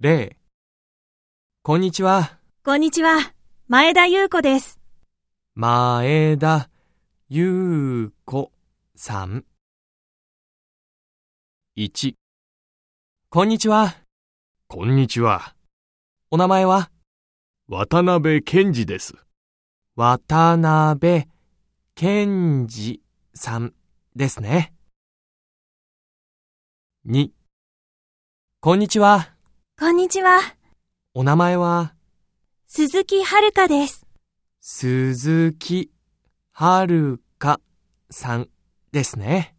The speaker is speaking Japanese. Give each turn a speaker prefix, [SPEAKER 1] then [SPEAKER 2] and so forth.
[SPEAKER 1] 0こんにちは、
[SPEAKER 2] こんにちは。前田裕子です。
[SPEAKER 1] 前田優子さん。1こんにちは、
[SPEAKER 3] こんにちは。
[SPEAKER 1] お名前は
[SPEAKER 3] 渡辺健二です。
[SPEAKER 1] 渡辺健二さんですね。2こんにちは、
[SPEAKER 2] こんにちは。
[SPEAKER 1] お名前は
[SPEAKER 2] 鈴木遥です。
[SPEAKER 1] 鈴木はるかさんですね。